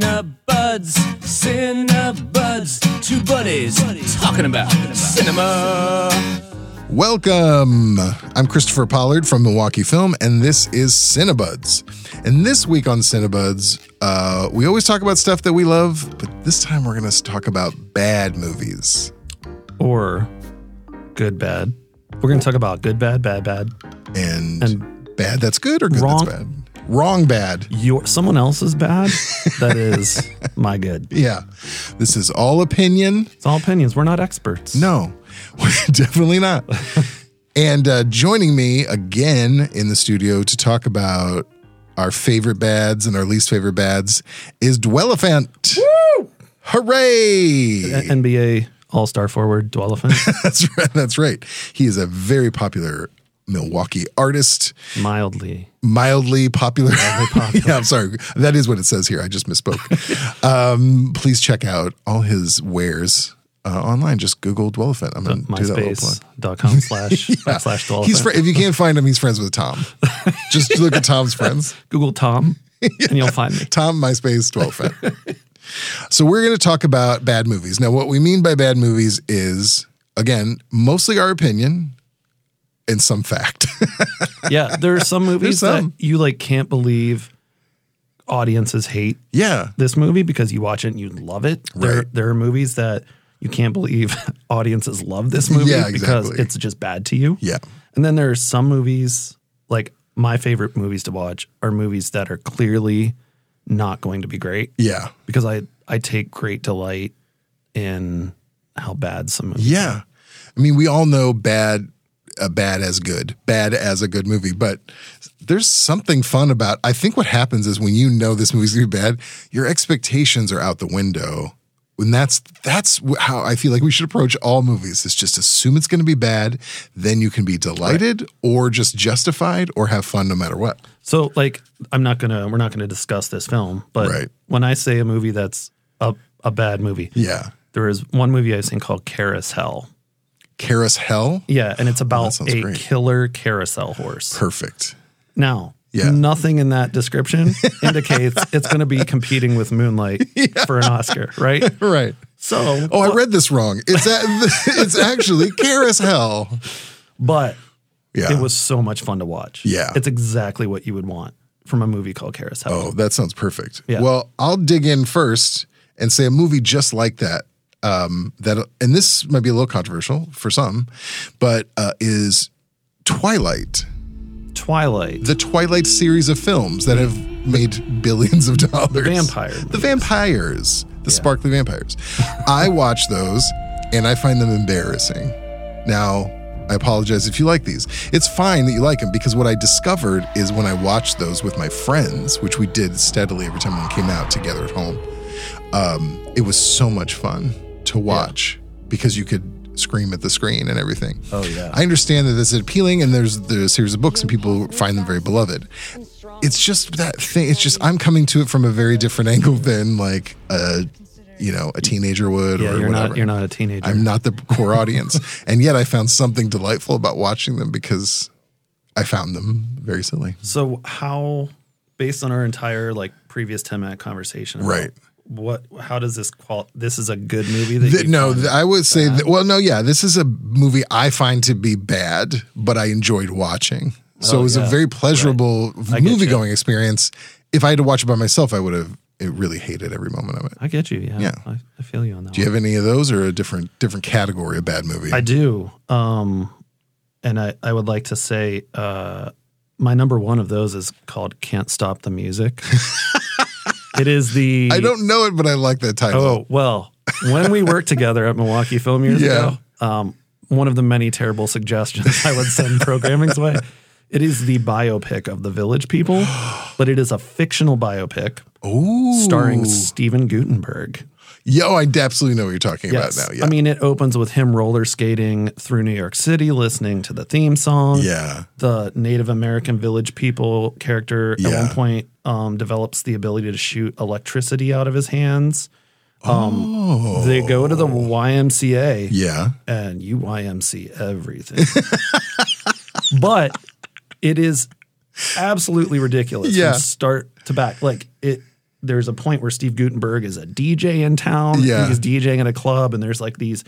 Cinebuds, Cinebuds, two buddies talking about cinema. Welcome. I'm Christopher Pollard from Milwaukee Film, and this is Cinebuds. And this week on Cinebuds, uh, we always talk about stuff that we love, but this time we're going to talk about bad movies. or good bad. We're going to talk about good bad, bad bad, And, and bad that's good or good Wrong- that's bad? Wrong bad. your someone else's bad. That is my good. Yeah. This is all opinion. It's all opinions. We're not experts. No, definitely not. and uh, joining me again in the studio to talk about our favorite bads and our least favorite bads is Dwellifant. Woo! A- Hooray! NBA All Star forward Dwellifant, that's right. That's right. He is a very popular Milwaukee artist, mildly. mildly popular. yeah, I'm sorry. That is what it says here. I just misspoke. um, please check out all his wares uh, online. Just Google Dwellifant. I'm going to do that little plug. MySpace.com slash slash Dwellifant. He's fr- if you can't find him, he's friends with Tom. Just look at Tom's friends. Google Tom and you'll find me. Tom MySpace 12 Fat. so we're going to talk about bad movies. Now, what we mean by bad movies is again mostly our opinion and some fact. Yeah, there are some movies some. that you like can't believe audiences hate yeah, this movie because you watch it and you love it. There, Right. there are movies that you can't believe audiences love this movie Yeah, because exactly. it's just bad to you. yeah, And then there are some movies, like my favorite movies to watch are movies that are clearly not going to be great yeah, because I, I take great delight in how bad some movies yeah. I mean, we all know bad, uh, bad as good, bad as a good movie, but there's something fun about. I think what happens is when you know this movie's gonna be bad, your expectations are out the window. And that's that's wh- how I feel like we should approach all movies. Is just assume it's going to be bad, then you can be delighted or just justified or have fun no matter what. So like I'm not gonna we're not gonna discuss this film, but Right. when I say a movie that's a, a bad movie, Yeah, there is one movie I've seen called Carousel. Caris Hell, Yeah, and it's about Oh, sounds a great. killer carousel horse. perfect. Now, Yeah. nothing in that description indicates it's going to be competing with Moonlight for an Oscar, right? Right. So, Oh, I read this wrong. It's a, it's actually Caris Hell. but Yeah. it was so much fun to watch. Yeah. it's exactly what you would want from a movie called Carousel. Oh, that sounds perfect. Yeah. Well, I'll dig in first and say a movie just like that. Um, that and this might be a little controversial for some, but uh, is Twilight, Twilight, the Twilight series of films that have made billions of dollars. The vampire the vampires, the sparkly vampires. I watch those and I find them embarrassing. Now, I apologize if you like these. It's fine that you like them because what I discovered is when I watched those with my friends, which we did steadily every time one came out together at home, um, it was so much fun to watch because you could scream at the screen and everything. Oh, yeah. I understand that this is appealing and there's there's a series of books and people find them very beloved. It's just that thing. It's just I'm coming to it from a very different angle than like a you know a teenager would yeah, or you're whatever. not you're not a teenager. I'm not the core audience, and yet I found something delightful about watching them because I found them very silly. So how, based on our entire like previous ten minute conversation, about Right. What? How does this qual? This is a good movie. That Th- you no, found? th- I would say that, well, no, yeah, this is a movie I find to be bad, but I enjoyed watching. So Oh, it was a yeah. very pleasurable I get movie going experience. If I had to watch it by myself, I would have it really hated every moment of it. I get you. Yeah, Yeah. I, I feel you on that. Do you have any of those or a different different category of bad movie? I do. Um, and I, I would like to say uh, my number one of those is called "Can't Stop the Music." it is the I don't know it, but I like that title. Oh well, when we worked together at Milwaukee Film years Yeah. ago, um, one of the many terrible suggestions I would send programming's way. It is the biopic of the Village People, but it is a fictional biopic Ooh. starring Steven Gutenberg. Yo, I absolutely know what you're talking Yes, about now. Yeah. I mean it opens with him roller skating through New York City, listening to the theme song. yeah. The Native American village people character at Yeah. one point um, develops the ability to shoot electricity out of his hands. Um, Oh. They go to the YMCA. Yeah. and you YMC everything. but it is absolutely ridiculous Yeah. from start to back. Like it there's a point where Steve Gutenberg is a DJ in town. Yeah. He's DJing at a club and there's like these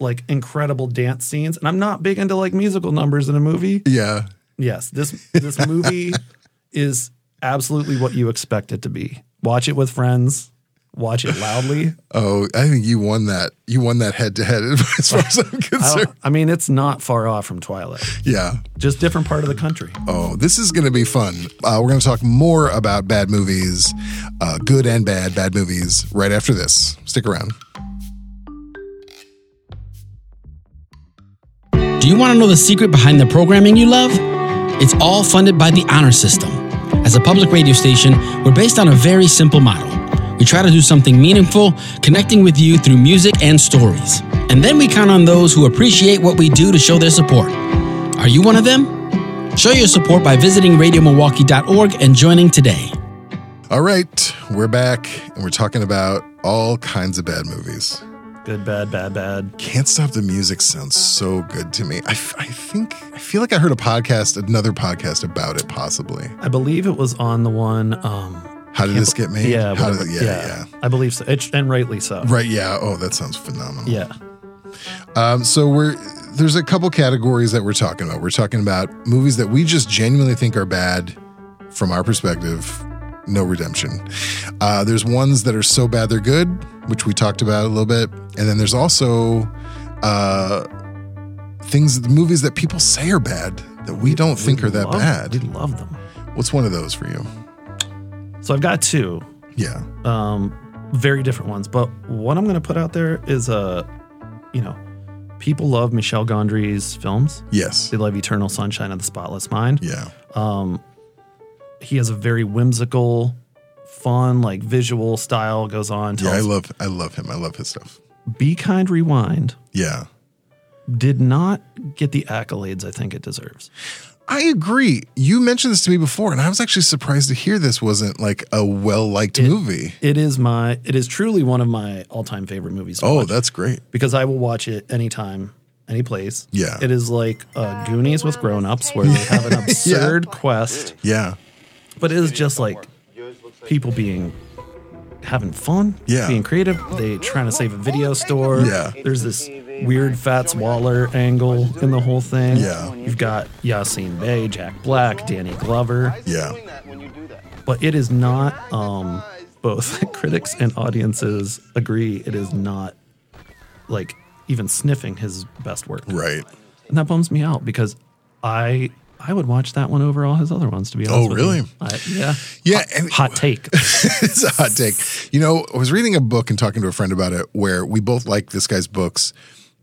like incredible dance scenes. And I'm not big into like musical numbers in a movie. Yeah. Yes, this this movie is absolutely what you expect it to be. Watch it with friends, watch it loudly. Oh, I think you won that. You won that head to head as far as I'm I, concerned. don't, I mean, it's not far off from Twilight. Yeah. Just different part of the country. Oh, this is going to be fun. Uh, we're going to talk more about bad movies, uh, good and bad, bad movies, right after this. Stick around. Do you want to know the secret behind the programming you love? It's all funded by the Honor System. As a public radio station, we're based on a very simple model. We try to do something meaningful, connecting with you through music and stories. And then we count on those who appreciate what we do to show their support. Are you one of them? Show your support by visiting radiomilwaukee.org and joining today. All right, we're back and we're talking about all kinds of bad movies. Good, bad, bad, bad. Can't Stop the Music sounds so good to me. I, f- I think, I feel like I heard a podcast, another podcast about it, possibly. I believe it was on the one. Um, How did this get made? yeah, How whatever. did, yeah, yeah, I believe so, it, and rightly so. Right, yeah. Oh, that sounds phenomenal. Yeah, Um, so we're there's a couple categories that we're talking about. We're talking about movies that we just genuinely think are bad from our perspective. No redemption. Uh, there's ones that are so bad they're good, which we talked about a little bit, and then there's also uh, things, movies that people say are bad that we don't think are that Love- We bad. love them. What's one of those for you? So I've got two. Yeah, um, very different ones. But what I'm going to put out there is uh, you know, people love Michel Gondry's films. yes, They love Eternal Sunshine of the Spotless Mind. yeah, Um, he has a very whimsical, fun, like visual style goes on. yeah. I Tells- love, I love him. I love his stuff. Be Kind Rewind Yeah. did not get the accolades I think it deserves. I agree. You mentioned this to me before, and I was actually surprised to hear this wasn't like a well liked movie. It is my it is truly one of my all-time favorite movies. to Oh, watch. that's great. because I will watch it anytime, any place. Yeah. It is like uh, Goonies with grown ups where they have an absurd quest, Yeah. but it is just like people being having fun, Yeah. being creative. They trying to save a video store. Yeah. There's this weird Fats Waller angle in the whole thing. Yeah. You've got Yassine Bey, Jack Black, Danny Glover, Yeah. but it is not. Um, both critics and audiences agree it is not like even sniffing his best work. Right. And that bums me out because I I would watch that one over all his other ones. To be honest. Oh, with you. really? I, yeah. Yeah. And Hot take. it's a hot take. You know, I was reading a book and talking to a friend about it where we both like this guy's books,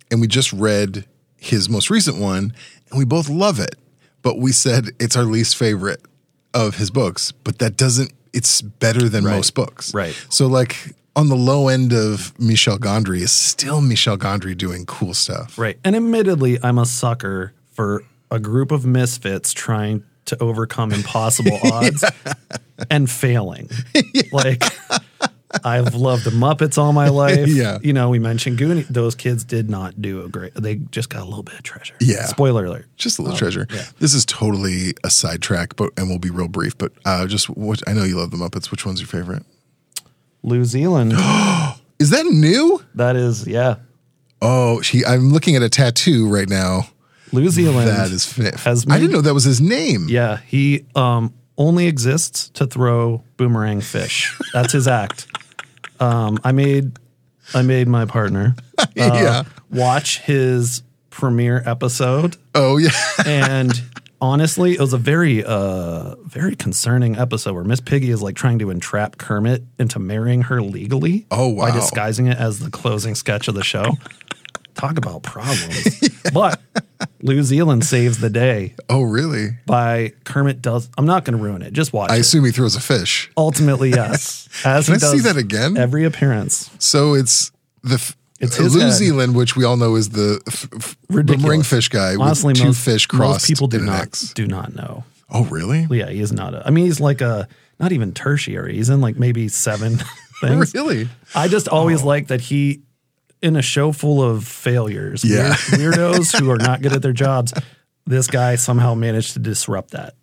and we just read his most recent one, and we both love it, but we said it's our least favorite of his books, but that doesn't, it's better than most books. Right. So, like, on the low end of Michel Gondry is still Michel Gondry doing cool stuff. right. And admittedly, I'm a sucker for a group of misfits trying to overcome impossible odds and failing. Like. I've loved the Muppets all my life. Yeah. You know, we mentioned Goonies. Those kids did not do a great. They just got a little bit of treasure. Yeah. Spoiler alert. Just a little treasure. This is totally a sidetrack, but and we'll be real brief. But uh, just what I know you love the Muppets. Which one's your favorite? New Zealand. Is that new? that is, yeah. Oh, she. I'm looking at a tattoo right now. New Zealand. That is. Fa- Has I made- didn't know that was his name. Yeah, he um, only exists to throw boomerang fish. That's his act. Um, I made I made my partner uh, Yeah. watch his premiere episode, Oh yeah. and honestly, it was a very uh, very concerning episode where Miss Piggy is like trying to entrap Kermit into marrying her legally. Oh, By wow. disguising it as the closing sketch of the show. Talk about problems. But New Zealand saves the day Oh really? by Kermit does. I'm not going to ruin it. Just watch I it. assume he throws a fish. Ultimately, yes. As Can he I see does that again? Every appearance. So it's the. F- It's his New head. Zealand, which we all know is the f- f- Ridiculous. boomerang fish guy Honestly, with two most, fish crossed. most people do in an not X. do not know. Oh, really? Well, yeah, he is not a. I mean, he's like a not even tertiary. He's in like maybe seven things. Really? Oh. I just always like that he in a show full of failures, Yeah. weird- weirdos who are not good at their jobs. This guy somehow managed to disrupt that.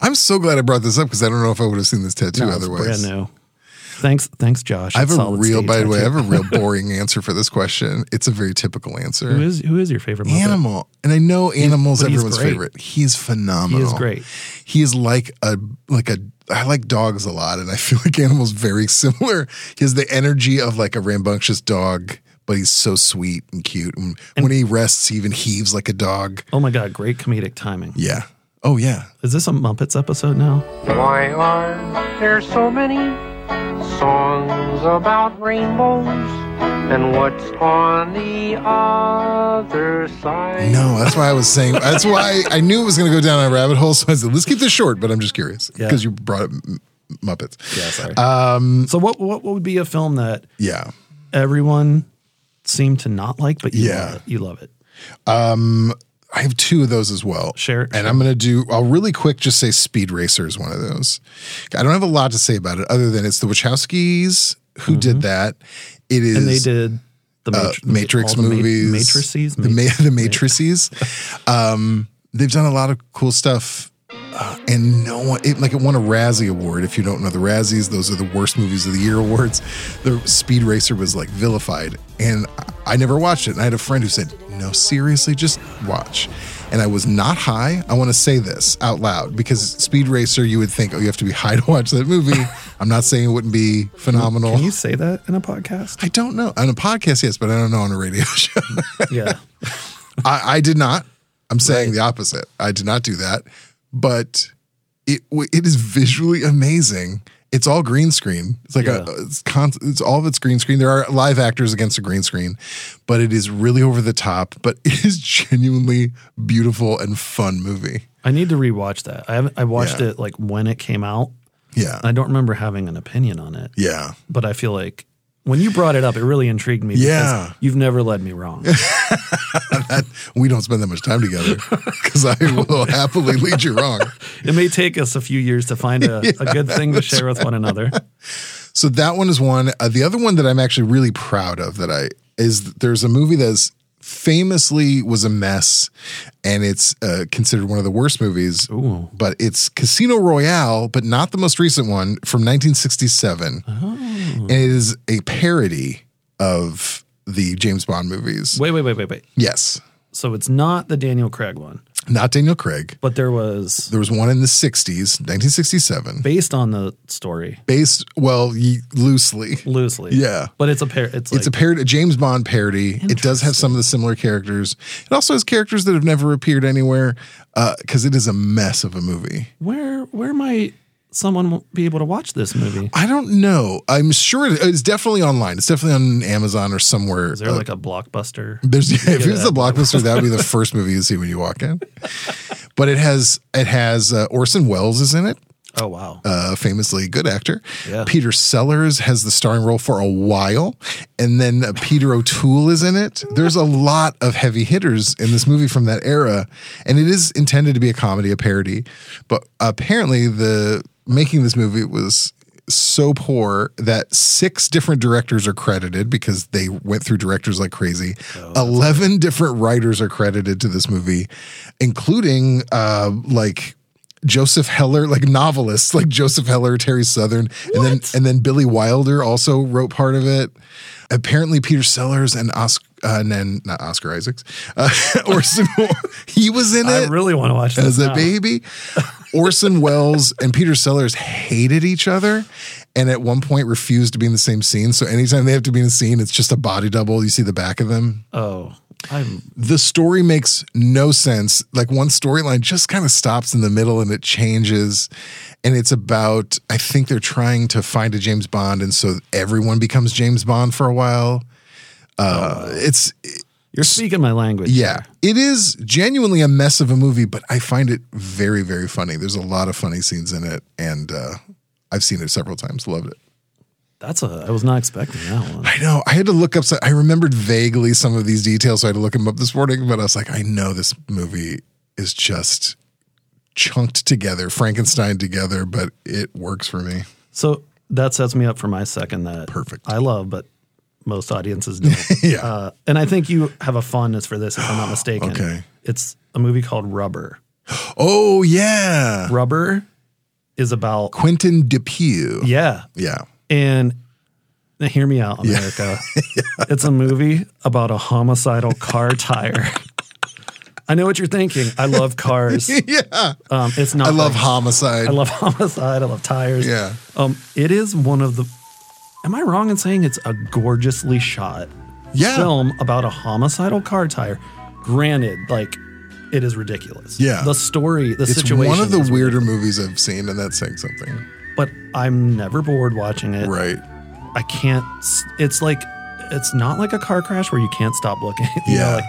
I'm so glad I brought this up because I don't know if I would have seen this tattoo No, it's otherwise. brand new. Thanks, thanks, Josh. I have at a Solid real, State. by the way, I took- have a real boring answer for this question. It's a very typical answer. who is who is your favorite Muppet? Animal, and I know animals but he's everyone's great. favorite. He's phenomenal. great. He is like a like a. I like dogs a lot, and I feel like animals very similar. He has the energy of like a rambunctious dog, but he's so sweet and cute. And, when he rests, he even heaves like a dog. Oh my god, great comedic timing. Yeah. Oh yeah. Is this a Muppets episode now? Why are there so many songs about rainbows? And what's on the other side? No, that's why I was saying. That's why I knew it was going to go down a rabbit hole. So I said, let's keep this short. But I'm just curious Yeah. because you brought up M- Muppets. Yeah, sorry. Um, so what what would be a film that Yeah. everyone seemed to not like, but you Yeah. love it? you love it? I have two of those as well. Sure, And sure. I'm going to do, I'll really quick just say Speed Racer is one of those. I don't have a lot to say about it other than it's the Wachowskis who did that. It is Mm-hmm. And they did the uh, Matri- Matrix all the ma- movies, matrices, the, ma- the matrices. um, they've done a lot of cool stuff. Uh, and no one, it, like it won a Razzie award. If you don't know the Razzies, those are the worst movies of the year awards. The Speed Racer was like vilified, and I, I never watched it. And I had a friend who said, "No, seriously, just watch." And I was not high. I want to say this out loud because Speed Racer, you would think, "Oh, you have to be high to watch that movie." I'm not saying it wouldn't be phenomenal. Can you say that in a podcast? I don't know on a podcast, yes, but I don't know on a radio show. yeah. I, I did not. I'm saying the opposite. I did not do that, but it w- it is visually amazing. It's all green screen. It's like Yeah. a it's, con- it's all of it's green screen. There are live actors against a green screen, but it is really over the top. But it is genuinely beautiful and fun movie. I need to rewatch that. I haven't I watched Yeah. it like when it came out. Yeah, I don't remember having an opinion on it. yeah. but I feel like when you brought it up, it really intrigued me. Yeah. because you've never led me wrong. That, we don't spend that much time together because I will happily lead you wrong. it may take us a few years to find a, a good thing to share with one another. So that one is one. Uh, the other one that I'm actually really proud of that I is th- there's a movie that's famously was a mess and it's uh, considered one of the worst movies Ooh. but it's casino royale but not the most recent one from 1967 and it is a parody of the james bond movies Wait, wait, wait, wait, wait. yes So it's not the Daniel Craig one, not daniel craig but there was there was one in the 60s 1967 based on the story based well ye- loosely loosely. Yeah. but it's a pair. It's like it's a parody, a James Bond parody. It does have some of the similar characters. It also has characters that have never appeared anywhere because it is a mess of a movie. where where might someone be able to watch this movie? I don't know. I'm sure it- it's definitely online. It's definitely on Amazon or somewhere. Is there uh, like a blockbuster? there's yeah, if it was that. a blockbuster, that would be the first movie you see when you walk in. But it has it has uh, Orson Welles is in it. Oh wow, uh, famously good actor. Yeah. Peter Sellers has the starring role for a while, and then uh, Peter O'Toole is in it. There's a lot of heavy hitters in this movie from that era, and it is intended to be a comedy, a parody, but apparently the making this movie was so poor that six different directors are credited because they went through directors like crazy. 11 different writers are credited to this movie, including uh, like Joseph Heller, like novelists like Joseph Heller, Terry Southern, and then and then Billy Wilder also wrote part of it. Apparently, Peter Sellers and Oscar, uh, and then not Oscar Isaacs, uh, Orson, Welles- he was in I it really want to watch this. as a now. baby. Orson Welles and Peter Sellers hated each other and at one point refused to be in the same scene. So anytime they have to be in a scene, it's just a body double. You see the back of them. Oh, I'm The story makes no sense. Like one storyline just kind of stops in the middle and it changes. And it's about, I think they're trying to find a James Bond. And so everyone becomes James Bond for a while. Uh, It's you're speaking my language. yeah, it is genuinely a mess of a movie, but I find it very, very funny. There's a lot of funny scenes in it, and uh, I've seen it several times. Loved it. that's a. I was not expecting that one. I know. I had to look up. Some, I remembered vaguely some of these details, so I had to look them up this morning. But I was like, I know this movie is just chunked together, Frankenstein together, but it works for me. So that sets me up for my second that Perfect. I love, but most audiences don't. Yeah. Uh, and I think you have a fondness for this, if I'm not mistaken. Okay. It's a movie called Rubber. oh yeah, Rubber is about Quentin Depew. yeah, Yeah. And now hear me out, America. It's a movie about a homicidal car tire. I know what you're thinking. I love cars. yeah. Um, it's not. I love like- homicide. I love homicide. I love tires. Yeah. Um, it is one of the. Am I wrong in saying it's a gorgeously shot Yeah. film about a homicidal car tire? Granted, like it is ridiculous. Yeah. The story, the it's situation. one of the is weirder ridiculous, movies I've seen, and that's saying something. But I'm never bored watching it. Right. I can't. s- It's like it's not like a car crash where you can't stop looking. you know, Yeah. like,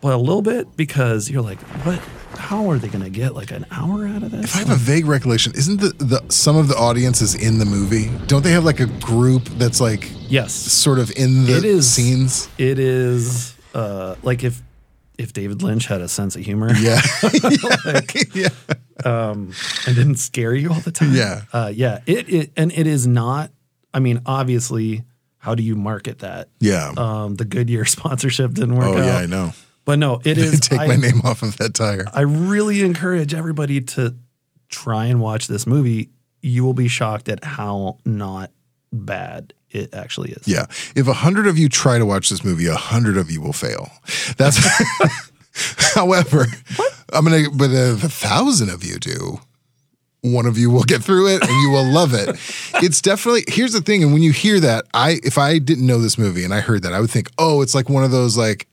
but a little bit because you're like, what? How are they going to get like an hour out of this? If I have a vague recollection, isn't the, the some of the audience is in the movie? Don't they have like a group that's like yes, sort of in the It is- scenes? it is. Uh, like if if David Lynch had a sense of humor, Yeah. yeah. and didn't scare you all the time. Yeah. uh, yeah. It, it and it is not. I mean, obviously, how do you market that? Yeah. Um, the Goodyear sponsorship didn't work oh out. yeah, I know. But no, it is. Take I- my name off of that tire. I really encourage everybody to try and watch this movie. You will be shocked at how not bad it actually is. Yeah. If a hundred of you try to watch this movie, a hundred of you will fail. That's however, I'm gonna but if a thousand of you do, one of you will get through it and you will love it. It's definitely here's the thing, and when you hear that, I if I didn't know this movie and I heard that, I would think, oh, it's like one of those like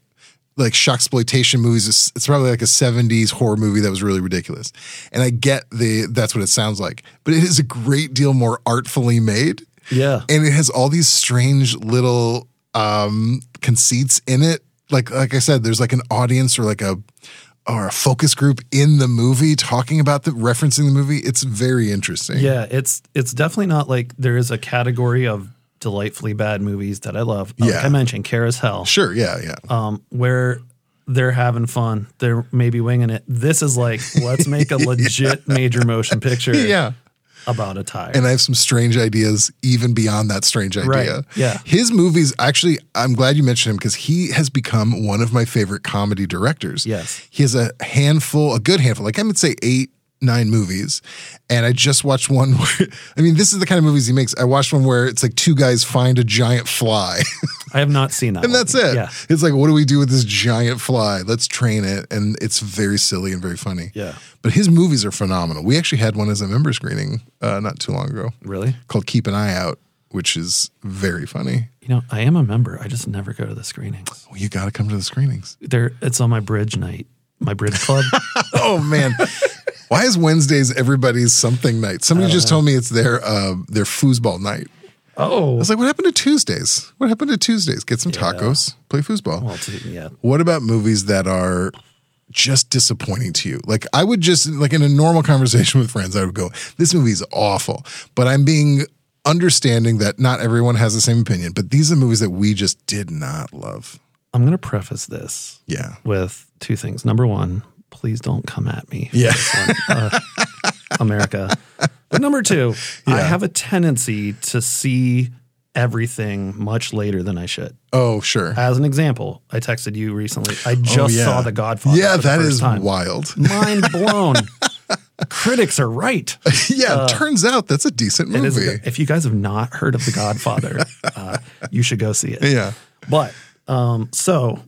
like shock exploitation movies. It's, it's probably like a 70s horror movie that was really ridiculous. And I get the that's what it sounds like, but it is a great deal more artfully made Yeah. and it has all these strange little um conceits in it like like i said there's like an audience or like a or a focus group in the movie talking about the referencing the movie it's very interesting Yeah, it's it's definitely not like there is a category of delightfully bad movies that I love. Like Yeah. I mentioned Care as Hell. sure yeah yeah Um, where they're having fun. They're maybe winging it. This is like, let's make a legit major motion picture about a tire. and I have some strange ideas even beyond that strange idea. Right, yeah. His movies, actually, I'm glad you mentioned him because he has become one of my favorite comedy directors. Yes. He has a handful, a good handful, like I would say eight, nine movies. And I just watched one where, I mean, this is the kind of movies he makes. I watched one where it's like two guys find a giant fly. I have not seen that. And one. that's it. Yeah. It's like, what do we do with this giant fly? Let's train it. And it's very silly and very funny. Yeah. But his movies are phenomenal. We actually had one as a member screening uh, not too long ago Really? called Keep an Eye Out, which is very funny. You know, I am a member. I just never go to the screenings. Well, you got to come to the screenings. there it's on my bridge night my bridge club Oh man, why is Wednesdays everybody's something night? Somebody just told me it's their uh, their foosball night. oh I was like, what happened to Tuesdays? What happened to Tuesdays? Get some tacos, play foosball. well t- yeah What about movies that are just disappointing to you? Like I would just like in a normal conversation with friends, I would go, "This movie is awful," but I'm being understanding that not everyone has the same opinion. But these are movies that we just did not love. i'm going to preface this Yeah. with two things number one please don't come at me for Yeah. this one, uh, america but number two i have a tendency to see everything much later than i should Oh, sure. as an example i texted you recently i just Oh, yeah. saw the godfather yeah, for the that first is time. wild. mind blown critics are right yeah, turns out that's a decent Uh, It is a movie. go- if you guys have not heard of the godfather uh, you should go see it yeah. But um, so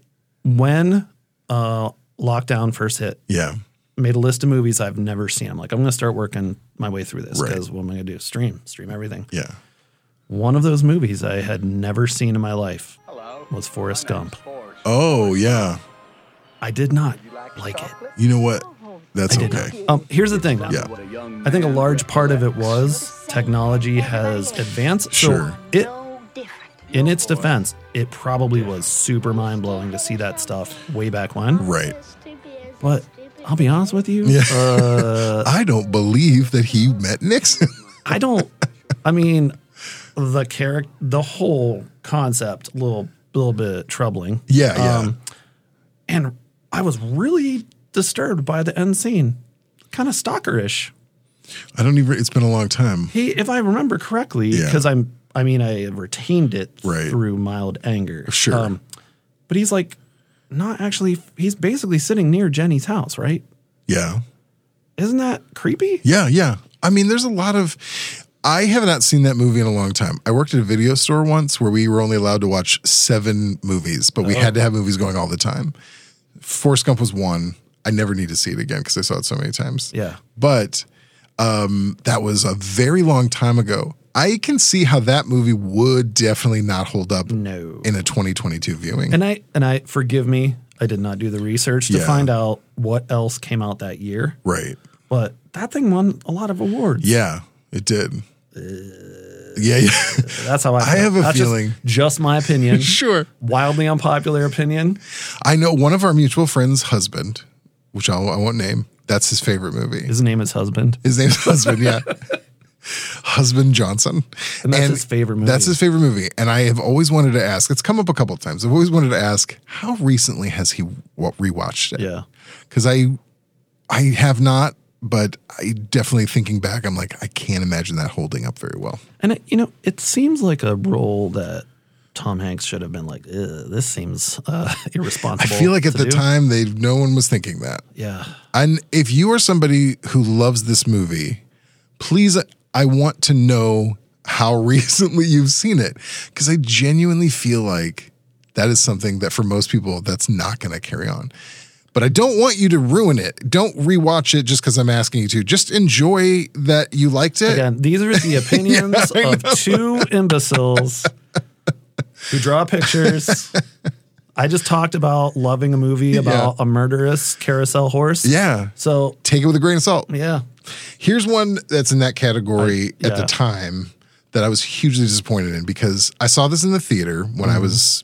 when uh, lockdown first hit, Yeah. made a list of movies I've never seen. I'm like, I'm going to start working my way through this Right. because what am I going to do? Stream, stream everything. Yeah. One of those movies I had never seen in my life was Forrest Gump. Oh, yeah. I did not like it. You know what? That's I did okay. not. Um, here's the thing, though. Yeah. I think a large part of it was technology has advanced. So Sure. it, in its defense, it probably was super mind blowing to see that stuff way back when. Right. But I'll be honest with you. Yeah. Uh, I don't believe that he met Nixon. I don't. I mean, the character, the whole concept, a little, little bit troubling. yeah, yeah. Um, And I was really disturbed by the end scene. Kind of stalkerish. I don't even it's been a long time. He, if I remember correctly, Yeah. because I'm, I mean, I retained it Right. through mild anger. Um, Sure. but he's like, not actually. He's basically sitting near Jenny's house, right? Yeah. Isn't that creepy? Yeah, yeah. I mean, there's a lot of I have not seen that movie in a long time. I worked at a video store once where we were only allowed to watch seven movies, but Oh. we had to have movies going all the time. Forrest Gump was one. I never need to see it again because I saw it so many times. Yeah. But um, that was a very long time ago. I can see how that movie would definitely not hold up No. in a 2022 viewing. And I and I forgive me, I did not do the research to Yeah. find out what else came out that year. right. But that thing won a lot of awards. Yeah, it did. Uh. yeah, yeah. That's how I. I feel. have a That's just- feeling. Just, my opinion. Sure. Wildly unpopular opinion. I know one of our mutual friends' husband, which I'll, I won't name. That's his favorite movie. His name is husband. His name's husband, yeah. Husband Johnson. And that's his favorite movie. That's his favorite movie. And I have always wanted to ask, it's come up a couple times. I've always wanted to ask, how recently has he wa- rewatched it? Yeah. Because I, I have not, but I definitely thinking back, I'm like, I can't imagine that holding up very well. And it, you know, it seems like a role that Tom Hanks should have been like. "Ugh, This seems uh, I irresponsible. feel like at to the do." time, they no one was thinking that. Yeah. And if you are somebody who loves this movie, please, I want to know how recently you've seen it because I genuinely feel like that is something that for most people that's not going to carry on. But I don't want you to ruin it. Don't rewatch it just because I'm asking you to. Just enjoy that you liked it. Again, these are the opinions of two imbeciles who draw pictures. I just talked about loving a movie about a murderous carousel horse. Yeah. So, Take it with a grain of salt. yeah. Here's one that's in that category I- at the yeah. time that I was hugely disappointed in because I saw this in the theater when Mm-hmm. I was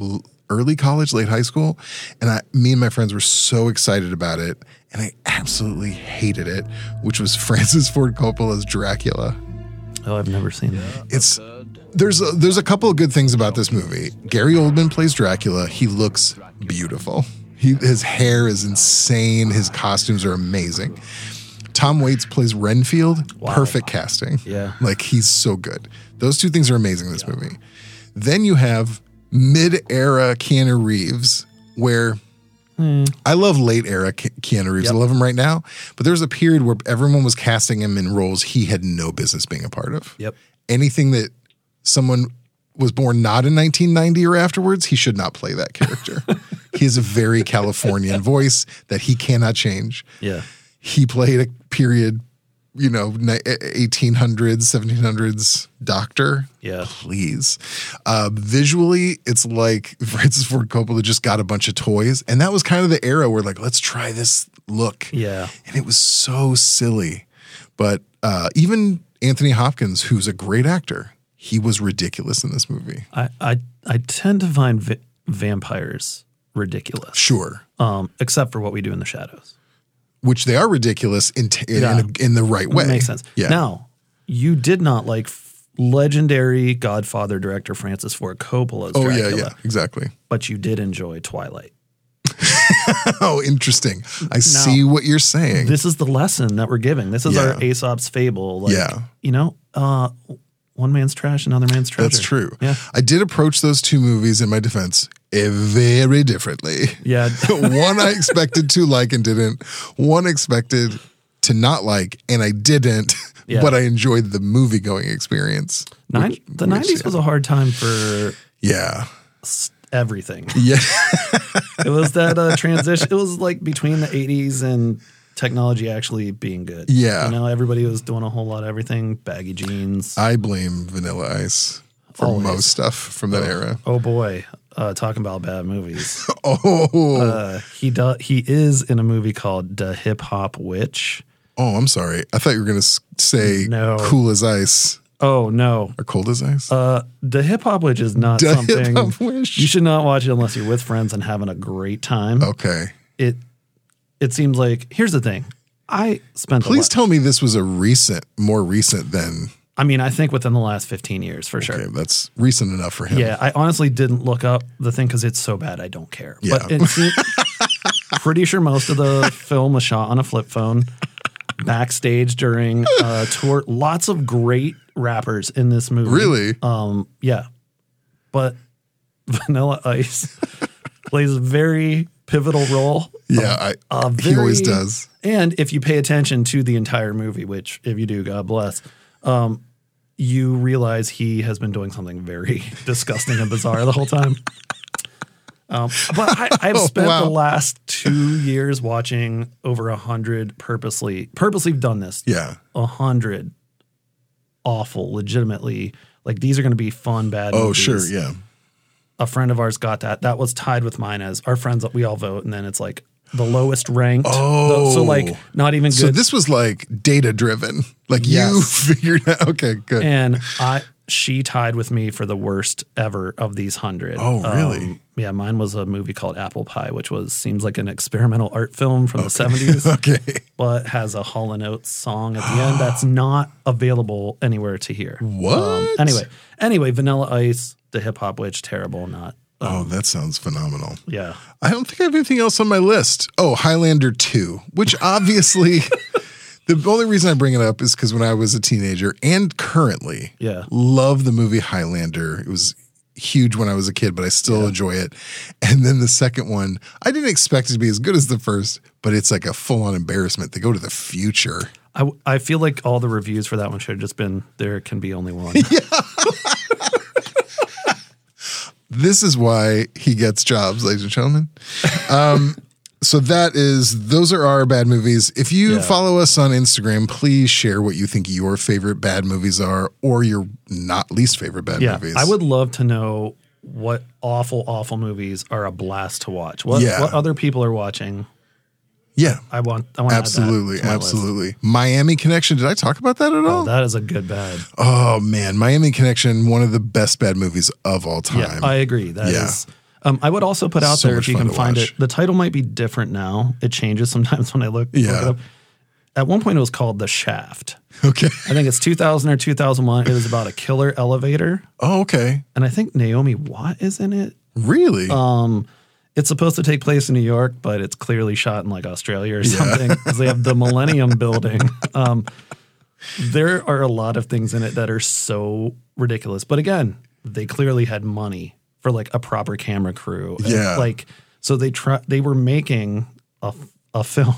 l- early college, late high school, and I, me and my friends were so excited about it, and I absolutely hated it, which was Francis Ford Coppola's Dracula. Oh, I've never seen that. It's there's a, there's a couple of good things about this movie. Gary Oldman plays Dracula. He looks beautiful. He, his hair is insane. His costumes are amazing. Tom Waits plays Renfield. Perfect casting. Yeah. like he's so good. Those two things are amazing in this movie. Then you have mid-era Keanu Reeves, where I love late era Ke- Keanu Reeves. I love him right now, but there was a period where everyone was casting him in roles he had no business being a part of Yep. anything that someone was born not in 1990 or afterwards, he should not play that character. he has a very Californian voice that he cannot change. Yeah. He played a period, you know, ni- e, 1800s, 1700s doctor. Yeah. Please. Uh, visually, it's like Francis Ford Coppola just got a bunch of toys. And that was kind of the era where, like, let's try this look Yeah. and it was so silly. But uh, even Anthony Hopkins, who's a great actor, he was ridiculous in this movie. I, I, I tend to find va- vampires ridiculous, Sure, um, except for what we do in the shadows. which they are ridiculous in t- in, Yeah. in, a- in the right way. That makes sense. Yeah. Now, you did not like f- legendary Godfather director Francis Ford Coppola's oh Dracula, yeah, yeah, exactly. but you did enjoy Twilight. Oh, interesting. I see what you're saying. This is the lesson that we're giving. This is our Yeah. Aesop's fable. Like, Yeah. You know, uh, one man's trash, another man's treasure. That's true. Yeah. I did approach those two movies in my defense eh, very differently. Yeah. one I expected to like and didn't. One expected to not like and I didn't. Yeah. But I enjoyed the movie going experience. Nine, the 90s was a hard time for Yeah. s- everything. Yeah. it was that uh, transition. It was like between the 80s and technology actually being good. Yeah. You know, everybody was doing a whole lot of everything baggy jeans. I blame Vanilla Ice for Always. most stuff from that era. oh boy. Uh, talking about bad movies. Oh. Uh, he does. He is in a movie called The Hip Hop Witch. oh, I'm sorry. I thought you were going to say No. cool as ice Oh no, or cold as ice. uh, the hip hop witch is not The something Hip Hop Witch. Oh. you should not watch it unless you're with friends and having a great time. okay. It it seems like here's the thing. I spent. Please A lot, tell me this was a recent, more recent than. I mean, I think within the last 15 years for sure. Okay, that's recent enough for him. Yeah, I honestly didn't look up the thing because it's so bad I don't care. But Yeah. it seemed, pretty sure most of the film was shot on a flip phone backstage during a tour. Lots of great rappers in this movie. Really? Um, yeah. But Vanilla Ice plays a very pivotal role. yeah, I, A he always very- does. And if you pay attention to the entire movie, which if you do, God bless, um, you realize he has been doing something very disgusting and bizarre the whole time. Um, but I, I've spent Oh, wow. the last two years watching over a hundred purposely purposely done this. Yeah. a hundred awful, legitimately like these are going to be fun bad. Oh, movies. sure. Yeah. a friend of ours got that. That was tied with mine as our friends that we all vote, and then it's like the lowest ranked. Oh. so like not even good. So this was like data driven. Like you Yes. figured out. Okay, good. and I she tied with me for the worst ever of these hundred. Um, Oh, really? yeah, mine was a movie called Apple Pie, which was seems like an experimental art film from the seventies, okay. but has a Hall and Oates song at the end that's not available anywhere to hear. What? Anyway, anyway, Vanilla Ice, the Hip Hop Witch, terrible. Not Oh, that sounds phenomenal. yeah. I don't think I have anything else on my list. Oh, Highlander 2, which obviously the only reason I bring it up is because when I was a teenager and currently, Yeah. love the movie Highlander. It was huge when I was a kid, but I still enjoy it. And then the second one, I didn't expect it to be as good as the first, but it's like a full on embarrassment. They go to the future. I, I feel like all the reviews for that one should have just been there can be only one. This is why he gets jobs, ladies and gentlemen. Um, so that is those are our bad movies. If you Yeah. follow us on Instagram, please share what you think your favorite bad movies are, or your not least favorite bad yeah. movies. I would love to know what awful, awful movies are a blast to watch. What, Yeah. what other people are watching. Yeah, I want, I want to add that absolutely, to my list. absolutely. Miami Connection. Did I talk about that at all? Oh, that is a good bad. Oh man, Miami Connection, one of the best bad movies of all Yeah, time. I agree. That is. Yeah. Um, I would also put out So there much if you fun can to find watch. it. The title might be different now. It changes sometimes when I look, look Yeah. it up. At one point, it was called The Shaft. okay. I think it's 2000 or 2001. It was about a killer elevator, Oh, okay. and I think Naomi Watt is in it. Really? Uh, it's supposed to take place in New York, but it's clearly shot in like Australia or something because they have the Millennium Building. Um, there are a lot of things in it that are so ridiculous, but again, they clearly had money for like a proper camera crew. And, Yeah. like so they try they were making a a film,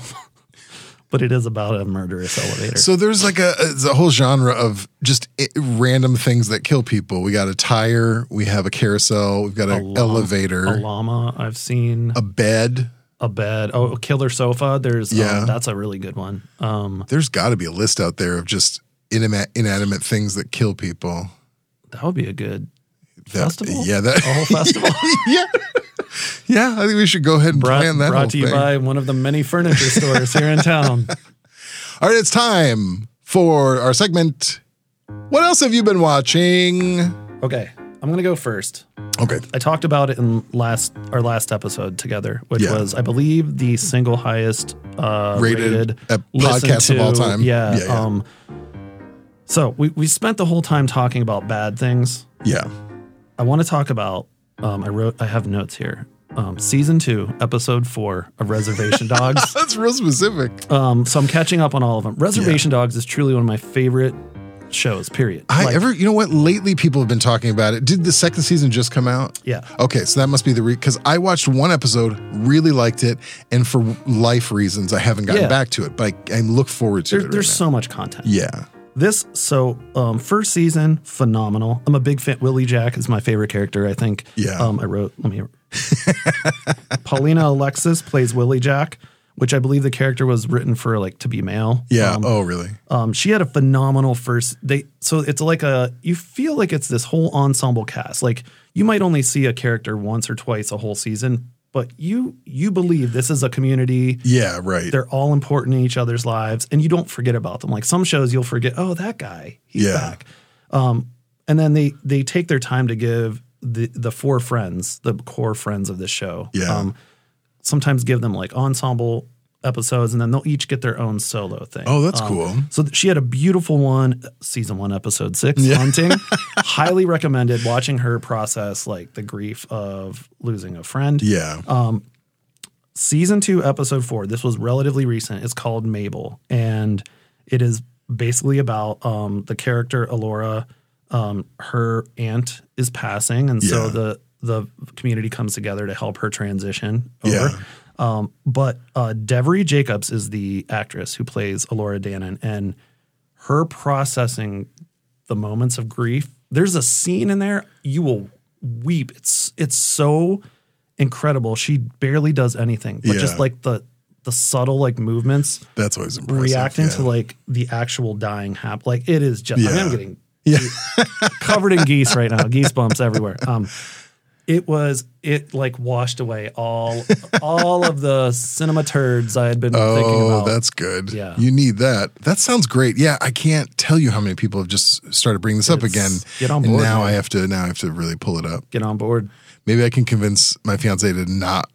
but it is about a murderous elevator. So there's like a, it's a whole genre of just i random things that kill people. We got a tire, we have a carousel, we've got an llama- elevator, a a, llama I've seen bed. a bed oh a killer sofa there's um, Yeah. that's a really good one um There's got to be a list out there of just inanimate, inanimate things that kill people. that would be a good That- Festival? Oh. Yeah, that, a whole festival yeah, yeah. I think we should go ahead and brought, plan that brought whole to you thing. by one of the many furniture stores here in town. All right, it's time for our segment. What else have you been watching? Okay, I'm gonna go first. Okay, I talked about it in last our last episode together, which Yeah. was I believe the single highest uh, Rated, rated, uh, listened podcast of all time. Yeah. Yeah, yeah. Um, so we we spent the whole time talking about bad things. yeah. I want to talk about. Um, I wrote. I have notes here. Um, season two, episode four of Reservation Dogs. That's real specific. Um, so I'm catching up on all of them. Reservation Dogs is truly one of my favorite shows. Period. I Like, ever, you know what? Lately, people have been talking about it. Did the second season just come out? Yeah. Okay, so that must be the re because I watched one episode, really liked it, and for life reasons, I haven't gotten Yeah. back to it. But I, I look forward to There, it. right there's now. so much content. yeah. This so um, first season phenomenal. I'm a big fan. Willie Jack is my favorite character. I think. Yeah. Um, I wrote. Let me. Paulina Alexis plays Willie Jack, which I believe the character was written for like to be male. Yeah. Um, oh, really? um, she had a phenomenal first. They so it's like a you feel like it's this whole ensemble cast. Like you might only see a character once or twice a whole season, but you you believe this is a community. Yeah. Right. They're all important in each other's lives, and you don't forget about them. Like some shows, you'll forget. Oh, that guy, he's Yeah. back. Um, and then they they take their time to give the the four friends, the core friends of this show. Yeah. Um, sometimes give them like ensemble episodes, and then they'll each get their own solo thing. Oh, that's cool. So th- she had a beautiful one, season one, episode six, hunting. Highly recommended watching her process like the grief of losing a friend. Yeah. um, Season two, episode four. This was relatively recent. It's called Mabel, and it is basically about um, the character Alora. Um, her aunt is passing, and so Yeah. the the community comes together to help her transition over. Yeah. Um, but uh, Devery Jacobs is the actress who plays Alora Dannon, and her processing the moments of grief. There's a scene in there you will weep. It's it's so incredible. She barely does anything, but just Yeah. like the the subtle like movements That's always impressive. reacting yeah. to like the actual dying hap. Like it is just I mean, Yeah. I'm getting Yeah. covered in geese right now. Geese bumps everywhere. Um, it was it like washed away all all of the cinema turds I had been thinking Oh, about. that's good. Yeah. You need that. That sounds great. Yeah, I can't tell you how many people have just started bringing this up It's- again. get on and board, now man. I have to now I have to really pull it up. Get on board. Maybe I can convince my fiance to not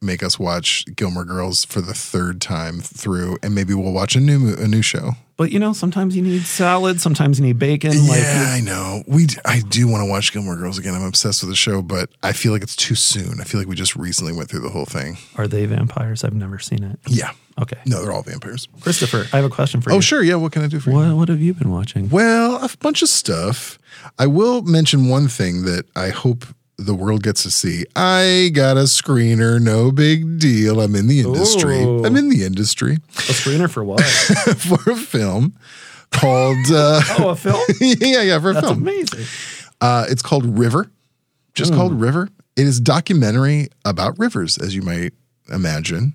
make us watch Gilmore Girls for the third time through, and maybe we'll watch a new mo- a new show. But you know, sometimes you need salad, sometimes you need bacon. yeah, Like I know. We d- I do want to watch Gilmore Girls again. I'm obsessed with the show, but I feel like it's too soon. I feel like we just recently went through the whole thing. are they vampires? I've never seen it. Yeah. Okay. No, they're all vampires. Christopher, I have a question for you. Oh, sure. Yeah. What can I do for you? What what have you been watching? Well, a bunch of stuff. I will mention one thing that I hope the world gets to see. I got a screener, no big deal. I'm in the industry. Ooh. I'm in the industry A screener for what? for a film called uh oh, a film? yeah, yeah, for a That's film. amazing. Uh, it's called River, Hmm. just called River. It is a documentary about rivers, as you might imagine.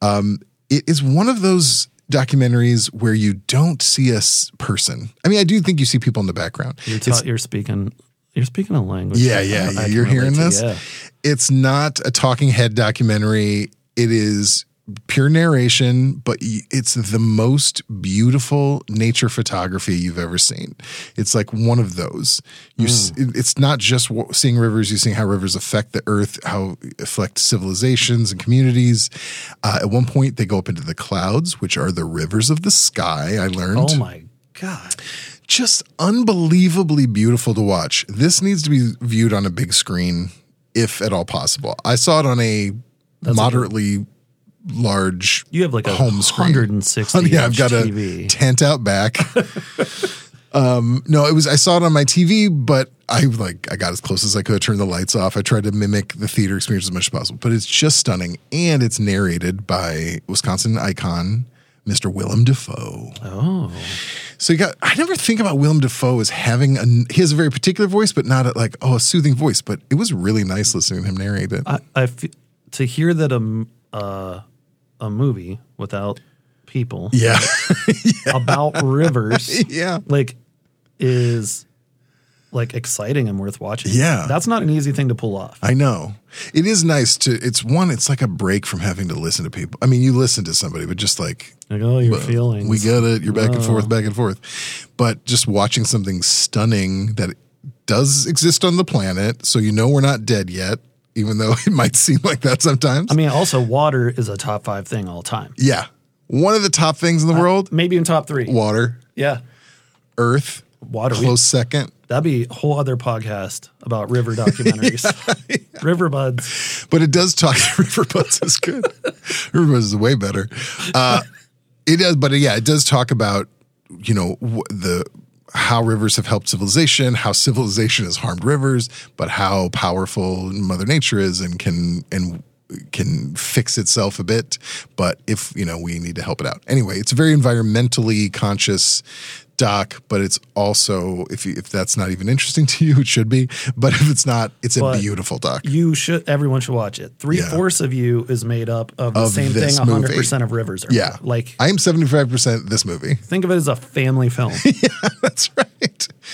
Um, it is one of those documentaries where you don't see a s- person. I mean, I do think you see people in the background. You're, It's- ta- you're speaking you're speaking a language. yeah, that yeah, I- I yeah. can You're relate hearing to, this? yeah. It's not a talking head documentary. It is pure narration, but y- it's the most beautiful nature photography you've ever seen. It's like one of those. You, s Hmm. it- It's not just w- seeing rivers, you're seeing how rivers affect the earth, how affect civilizations and communities. Uh, at one point, they go up into the clouds, which are the rivers of the sky, I learned Oh my god. just unbelievably beautiful to watch. This needs to be viewed on a big screen, if at all possible. I saw it on a moderately large You have like a home screen. 160 yeah, I've inch got a TV. tent out back. um, no, it was I saw it on my TV, but I like I got as close as I could, turned the lights off. I tried to mimic the theater experience as much as possible, but it's just stunning, and it's narrated by Wisconsin icon Mr. Willem Dafoe. oh. So you got, I never think about Willem Dafoe as having a, he has a very particular voice, but not a, like, oh, a soothing voice. But it was really nice listening to him narrate it. I, I f- to hear that a m- uh, a movie without people yeah. about rivers yeah. like is like exciting and worth watching. Yeah. That's not an easy thing to pull off. I know. It is nice to, it's one, it's like a break from having to listen to people. I mean, you listen to somebody, but just like, Like, oh, your feelings. we get it. You're back and forth, back and forth. But just watching something stunning that does exist on the planet. So you know we're not dead yet, even though it might seem like that sometimes. I mean, also water is a top five thing all time. yeah. One of the top things in the world Maybe in top three. water, yeah. earth. Water. We, close second. that'd be a whole other podcast about river documentaries. River buds. But it does talk. Riverboats is good. Riverboats is way better. Uh, it does, but uh, yeah, it does talk about you know wh- the how rivers have helped civilization, how civilization has harmed rivers, but how powerful Mother Nature is and can and can fix itself a bit. But if you know we need to help it out anyway, it's a very environmentally conscious doc, but it's also if you, if that's not even interesting to you, it should be. But if it's not, it's a But- beautiful doc. You should. Everyone should watch it. Three fourths of you is made up of the Of same thing. this One hundred percent of rivers. Are. Yeah. Like I am 75% this movie. think of it as a family film. That's right.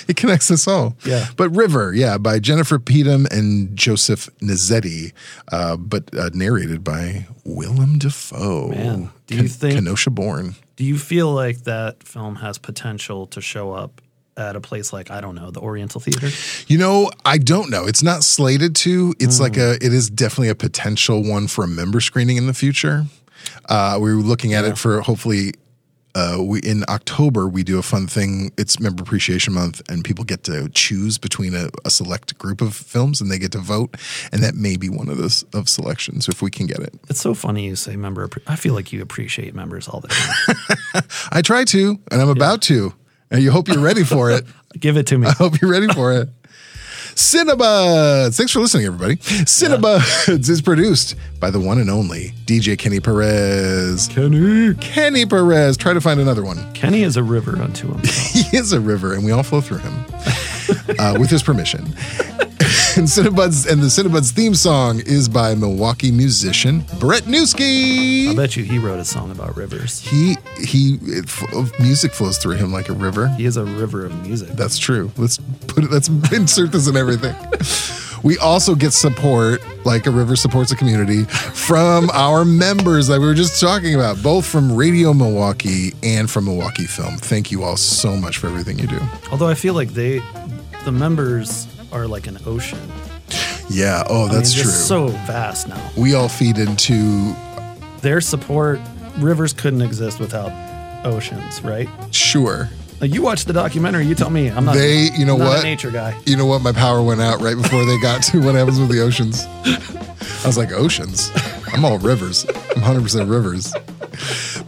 It connects us all. Yeah. But River, yeah, by Jennifer Petum and Joseph Nizzetti, uh, but uh, narrated by Willem Dafoe. Man, do you think- Kenosha born. Do you feel like that film has potential to show up at a place like I don't know the Oriental Theater? You know, I don't know. It's not slated to. It's like a. It is definitely a potential one for a member screening in the future. Uh, we were looking at it for hopefully. Uh, we in October we do a fun thing. It's Member Appreciation Month, and people get to choose between a, a select group of films, and they get to vote. And that may be one of those of selections if we can get it. It's so funny you say member. appre- I feel like you appreciate members all the time. I try to, and I'm about to. And you hope you're ready for it. Give it to me. hope you're ready for it. Cinebuds. Thanks for listening, everybody. Cinebuds is produced by the one and only DJ Kenny Perez. Kenny. Kenny Perez. Try to find another one. Kenny is a river unto himself. He is a river, and we all flow through him uh, with his permission. and Cinebuds and the Cinebuds theme song is by Milwaukee musician Brett I Newski. bet you he wrote a song about rivers. He he, it, f- music flows through him like a river. He is a river of music. That's true. Let's put it, let's insert this in everything. We also get support, like a river supports a community, from our members that we were just talking about, both from Radio Milwaukee and from Milwaukee Film. Thank you all so much for everything you do. Although I feel like they, the members are like an ocean. Yeah. Oh, I mean, that's just true. So vast now. we all feed into Their support, rivers couldn't exist without oceans, right? sure. Like you watch the documentary, you tell me. I'm not. They, you know not what? A nature guy. You know what? My power went out right before they got to what happens with the oceans. I was like, oceans? I'm all rivers. I'm 100% rivers.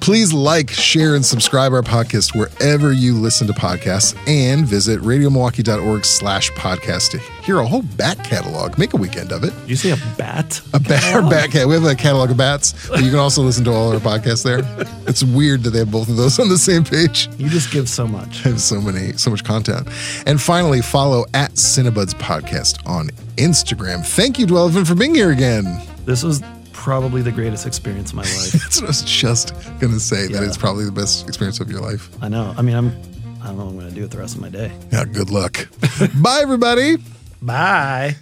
Please like, share, and subscribe our podcast wherever you listen to podcasts and visit radiomilwaukee.org slash podcast to hear a whole bat catalog. Make a weekend of it. Did you see a bat? A bat, our bat cat. We have a catalog of bats, but you can also listen to all our podcasts there. It's weird that they have both of those on the same page. You just give so much. I have so many, so much content. And finally, follow at Cinebuds Podcast on Instagram. Thank you, Dwellvin, for being here again. This was probably the greatest experience of my life. That's what I was just gonna say. That Yeah. it's probably the best experience of your life. I know. I mean, I'm. I don't know what I'm going to do with the rest of my day. Yeah, good luck. Bye, everybody. Bye.